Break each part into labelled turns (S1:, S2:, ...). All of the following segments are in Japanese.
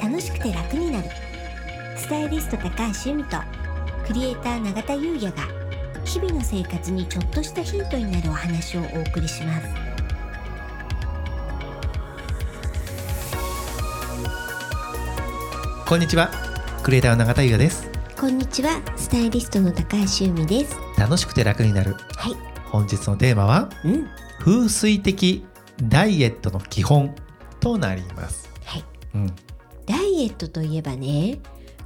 S1: 楽しくて楽になるスタイリスト高橋由美とクリエイター永田優也が日々の生活にちょっとしたヒントになるお話をお送りします
S2: こんにちはクリエイターの永田優也です
S1: こんにちはスタイリストの高橋由美です
S2: 楽しくて楽になる
S1: はい
S2: 本日のテーマは
S1: うん
S2: 風水的ダイエットの基本となります
S1: はい
S2: うん、
S1: ダイエットといえばね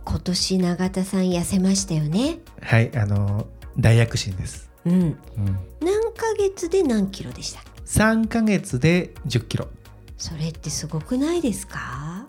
S1: 今年永田さん痩せましたよね
S2: はいあの大躍進です、
S1: うん
S2: うん、
S1: 何ヶ月で何キロでした
S2: 3ヶ月で1 0キロ
S1: それってすごくないですか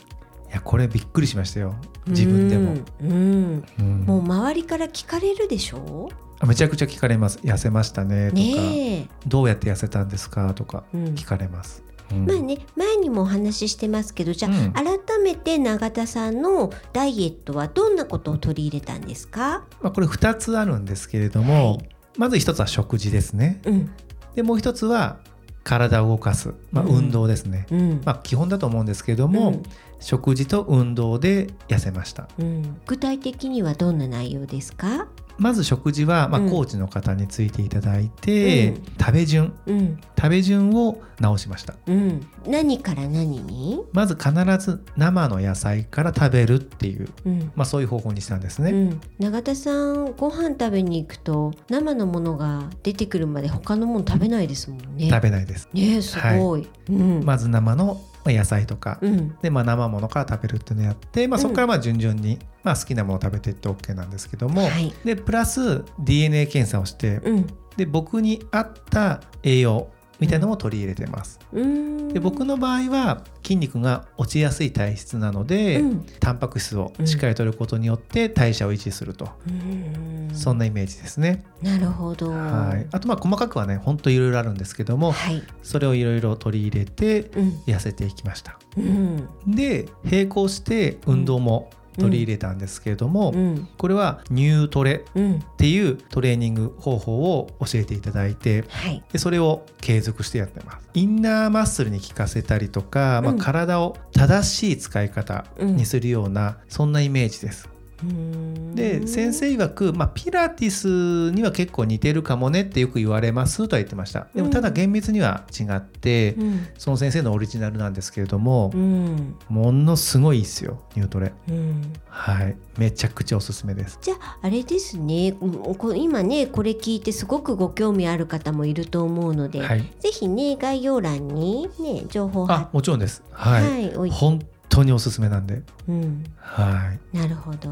S2: いやこれびっくりしましたよ自分でも、
S1: うんうん
S2: うん
S1: もう周りから聞かれるでしょ
S2: めちゃくちゃ聞かれます痩せましたねとか
S1: ね
S2: どうやって痩せたんですかとか
S1: え、うん
S2: 聞かれます、うん
S1: まあね前にもお話ししてますけどじゃあ、
S2: うん
S1: 改めて永田さんのダイエットはどんなことを取り入れたんですか、
S2: まあ、これ2つあるんですけれど
S1: は
S2: も、まず1つは食事ですね
S1: うん
S2: でもう1つは体を動かす、まあ、
S1: うん
S2: 運動ですね、
S1: うん
S2: まあ、基本だと思うんですけれども、食事と運動で痩せました
S1: うんうん具体的にはどんな内容ですか、
S2: まず食事は、まあ、
S1: うん
S2: コーチの方についていただいて、
S1: うん
S2: 食べ順
S1: うん
S2: 食べ順を直しました
S1: うん、何から何に、
S2: まず必ず生の野菜から食べるっていう、
S1: うん
S2: まあ、そういう方法にしたんですね、
S1: うん、永田さんご飯食べに行くと生のものが出てくるまで他のもの食べないですもんね。
S2: 食べないです
S1: ねえすごい。うん、
S2: まず生のまあ野菜とか、
S1: うん
S2: でまあ、生ものから食べるっていうのをやって、まあ、そこからまあ順々に、まあ、好きなものを食べていって OK なんですけども、
S1: はい
S2: でプラス DNA 検査をして
S1: うん
S2: で僕に合った栄養みたいなのを取り入れてます
S1: うーん、
S2: で僕の場合は筋肉が落ちやすい体質なので、
S1: うん
S2: タンパク質をしっかり取ることによって代謝を維持すると、
S1: うん
S2: そんなイメージですね、
S1: なるほど。
S2: はい、あとまあ細かくはねほんといろいろあるんですけども
S1: はい。
S2: それをいろいろ取り入れて
S1: うん。
S2: 痩せていきました
S1: うん。
S2: で並行して運動も取り入れたんですけれども、
S1: うん。
S2: これはニュートレ
S1: うん。
S2: っていうトレーニング方法を教えていただいて
S1: はい。
S2: でそれを継続してやってますインナーマッスルに効かせたりとか、まあ、
S1: うん
S2: 体を正しい使い方にするような、そんなイメージです
S1: うーん
S2: で先生曰く、まあ、ピラティスには結構似てるかもねってよく言われますとは言ってました
S1: う
S2: でも
S1: ん
S2: ただ厳密には違って、
S1: うん。
S2: その先生のオリジナルなんですけれども
S1: う、ん。
S2: ものすごいですよニュートレ
S1: うん。
S2: はいめちゃくちゃおすすめです
S1: じゃああれですねうんこ今ねこれ聞いてすごくご興味ある方もいると思うので、
S2: はい
S1: ぜひね概要欄にね情報を貼
S2: あ
S1: っ
S2: もちろんですはい、
S1: い置いて、
S2: 本当におすすめなんで
S1: うん、
S2: はい
S1: なるほど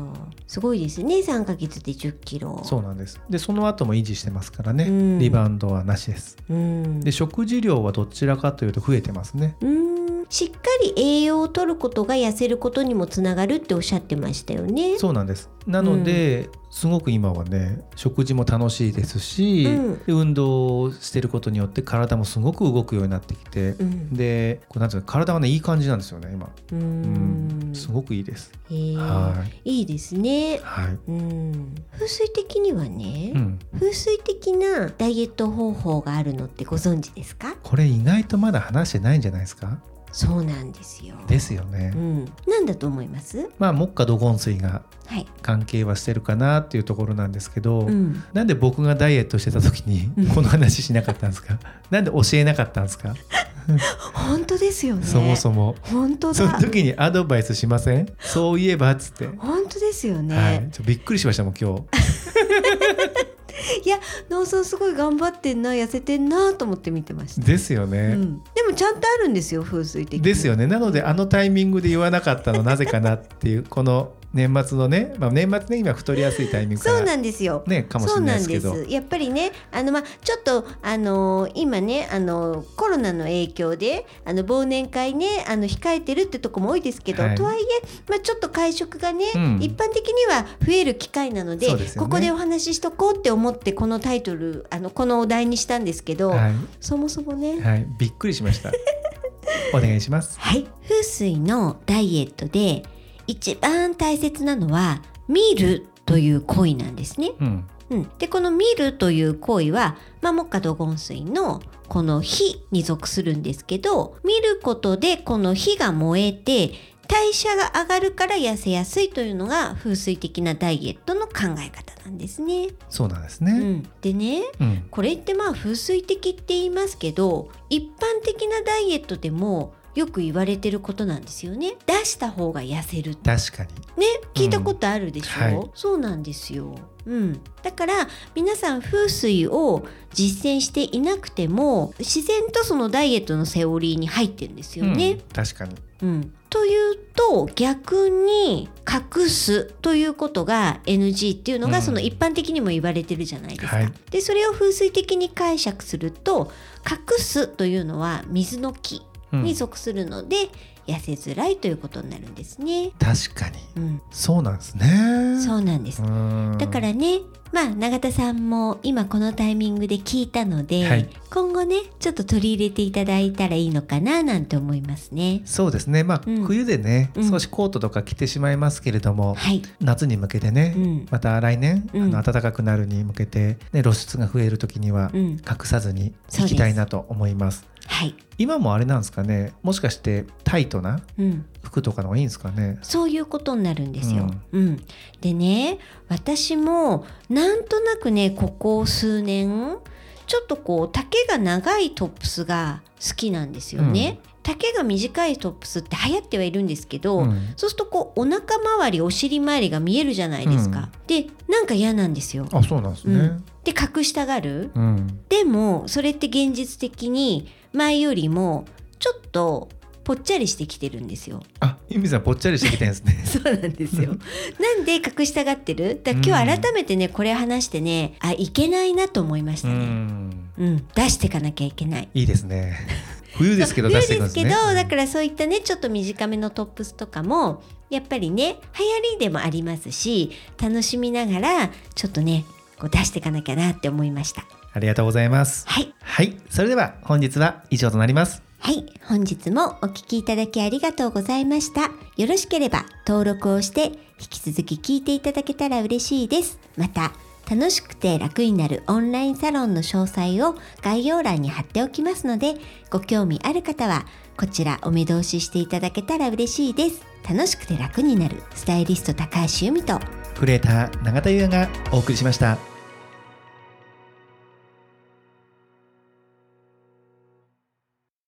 S1: すごいですね3ヶ月で1 0キロ
S2: そうなんですでその後も維持してますからね、
S1: うん
S2: リバウンドはなしです
S1: う、うん、
S2: で食事量はどちらかというと増えてますね
S1: うーんしっかり栄養を取ることが痩せることにもつながるっておっしゃってましたよね。
S2: そうなんですなので、すごく今はね食事も楽しいですし、
S1: うん
S2: で運動をしてることによって体もすごく動くようになってきて、
S1: うん
S2: でこうなんていうか体がねいい感じなんですよね今、
S1: うー
S2: うん
S1: ん
S2: すごくいいです、
S1: へー
S2: はい
S1: いいですね。
S2: はい、
S1: うん、風水的にはね、
S2: うん、
S1: 風水的なダイエット方法があるのってご存知ですか
S2: これ意外とまだ話してないんじゃないですか
S1: そうなんですよ。
S2: ですよね、
S1: うん、なんだと思います
S2: まあ木下土金水が
S1: はい、
S2: 関係はしてるかなっていうところなんですけど、
S1: うん、
S2: なんで僕がダイエットしてた時に
S1: うん
S2: この話しなかったんですか、なんで教えなかったんですか、
S1: 本当ですよね。
S2: そもそも
S1: 本当
S2: その
S1: だ。
S2: 時にアドバイスしませんそういえばっつって、
S1: 本当ですよね。
S2: はい、ちょっとびっくりしましたもん今日
S1: いや、なおさんすごい頑張ってんな、痩せてんなと思って見てました。
S2: ですよね、
S1: うん、でもちゃんとあるんですよ風水的に
S2: ですよねなのであのタイミングで言わなかったのなぜかなっていうこの年末のね、まあ、年末ね今太りやすいタイミングか
S1: そう
S2: ら
S1: なんですよ
S2: ねかもしれないですけ
S1: そう
S2: ど
S1: なんですやっぱりねあのまあちょっとあのー今ねあのーコロナの影響であの忘年会ねあの控えてるってとこも多いですけど、
S2: はい
S1: とはいえ、まあ、ちょっと会食がね、
S2: うん
S1: 一般的には増える機会なので
S2: そうですよね
S1: ここでお話ししとこうって思ってこのタイトルあのこのお題にしたんですけど、
S2: はい、
S1: そもそもね、
S2: はい、びっくりし ましたお願いします
S1: はい、風水のダイエットで一番大切なのは見るという行為なんですね。
S2: うん
S1: うん、でこの見るという行為は、まあ、木下土金水のこの火に属するんですけど見ることでこの火が燃えて代謝が上がるから痩せやすいというのが風水的なダイエットの考え方なんですね。
S2: そうなんです
S1: う
S2: ね。
S1: ん、でね
S2: うん。
S1: これってまあ風水的って言いますけど一般的なダイエットでもよく言われてることなんですよね。出した方が痩せる
S2: 確かに。
S1: ね聞いたことあるでしょ、
S2: はい
S1: そうなんですよ、うん、だから皆さん風水を実践していなくても自然とそのダイエットのセオリーに入ってるんですよ
S2: う
S1: ね
S2: ん。確かに。
S1: うんというと逆に隠すということが NG っていうの
S2: う
S1: が
S2: ん
S1: その一般的にも言われてるじゃないですか。
S2: はい
S1: でそれを風水的に解釈すると隠すというのは水の木
S2: うん
S1: に属するので、痩せづらいということになるんですね。
S2: 確かに。
S1: うん
S2: そうなんですね。
S1: そうなんです。
S2: うん
S1: だからね、まあ永田さんも今このタイミングで聞いたので、
S2: はい
S1: 今後ねちょっと取り入れていただいたらいいのかななんて思いますね。
S2: そうですね。まあ、
S1: うん
S2: 冬でね、
S1: うん
S2: 少しコートとか着てしまいますけれども、
S1: はい。
S2: 夏に向けてね、
S1: うん
S2: また来年、
S1: うん
S2: あの暖かくなるに向けて、ね、露出が増える時には
S1: うん。
S2: 隠さずに
S1: そうで
S2: い
S1: す
S2: きたいなと思います。
S1: はい。
S2: 今もあれなんですかね。もしかしてタイトな
S1: うん。
S2: 服とかの方がいいんですかね。
S1: そういうことになるんですよ。うん。でね、私もなんとなくねここ数年ちょっとこう丈が長いトップスが好きなんですよね。丈が短いトップスって流行ってはいるんですけど、
S2: うん
S1: そうするとこうお腹周りお尻周りが見えるじゃないですか、でなんか嫌なんですよ
S2: あ、そうなんですね。
S1: で隠したがる
S2: うん。
S1: でもそれって現実的に前よりもちょっとぽっちゃりしてきてるんですよ
S2: あ、ゆみさんぽっちゃりしてきてるんです ね。
S1: そうなんですよ なんで隠したがってるだから今日改めてねこれ話してねあいけないなと思いました
S2: う
S1: ね
S2: ん。
S1: うん、出してかなきゃいけない
S2: いいですね。冬ですけど
S1: そう
S2: 出していくんですね。
S1: 冬ですけどだからそういったねちょっと短めのトップスとかもやっぱりね流行りでもありますし楽しみながらちょっとねこう出していかなきゃなって思いました
S2: ありがとうございます。
S1: はい
S2: はい、それでは本日は以上となります。
S1: はい本日もお聞きいただきありがとうございましたよろしければ登録をして引き続き聞いていただけたら嬉しいですまた楽しくて楽になるオンラインサロンの詳細を概要欄に貼っておきますのでご興味ある方はこちらお目通ししていただけたら嬉しいです楽しくて楽になるスタイリスト高橋由美と
S2: クレーター永田優也がお送りしました。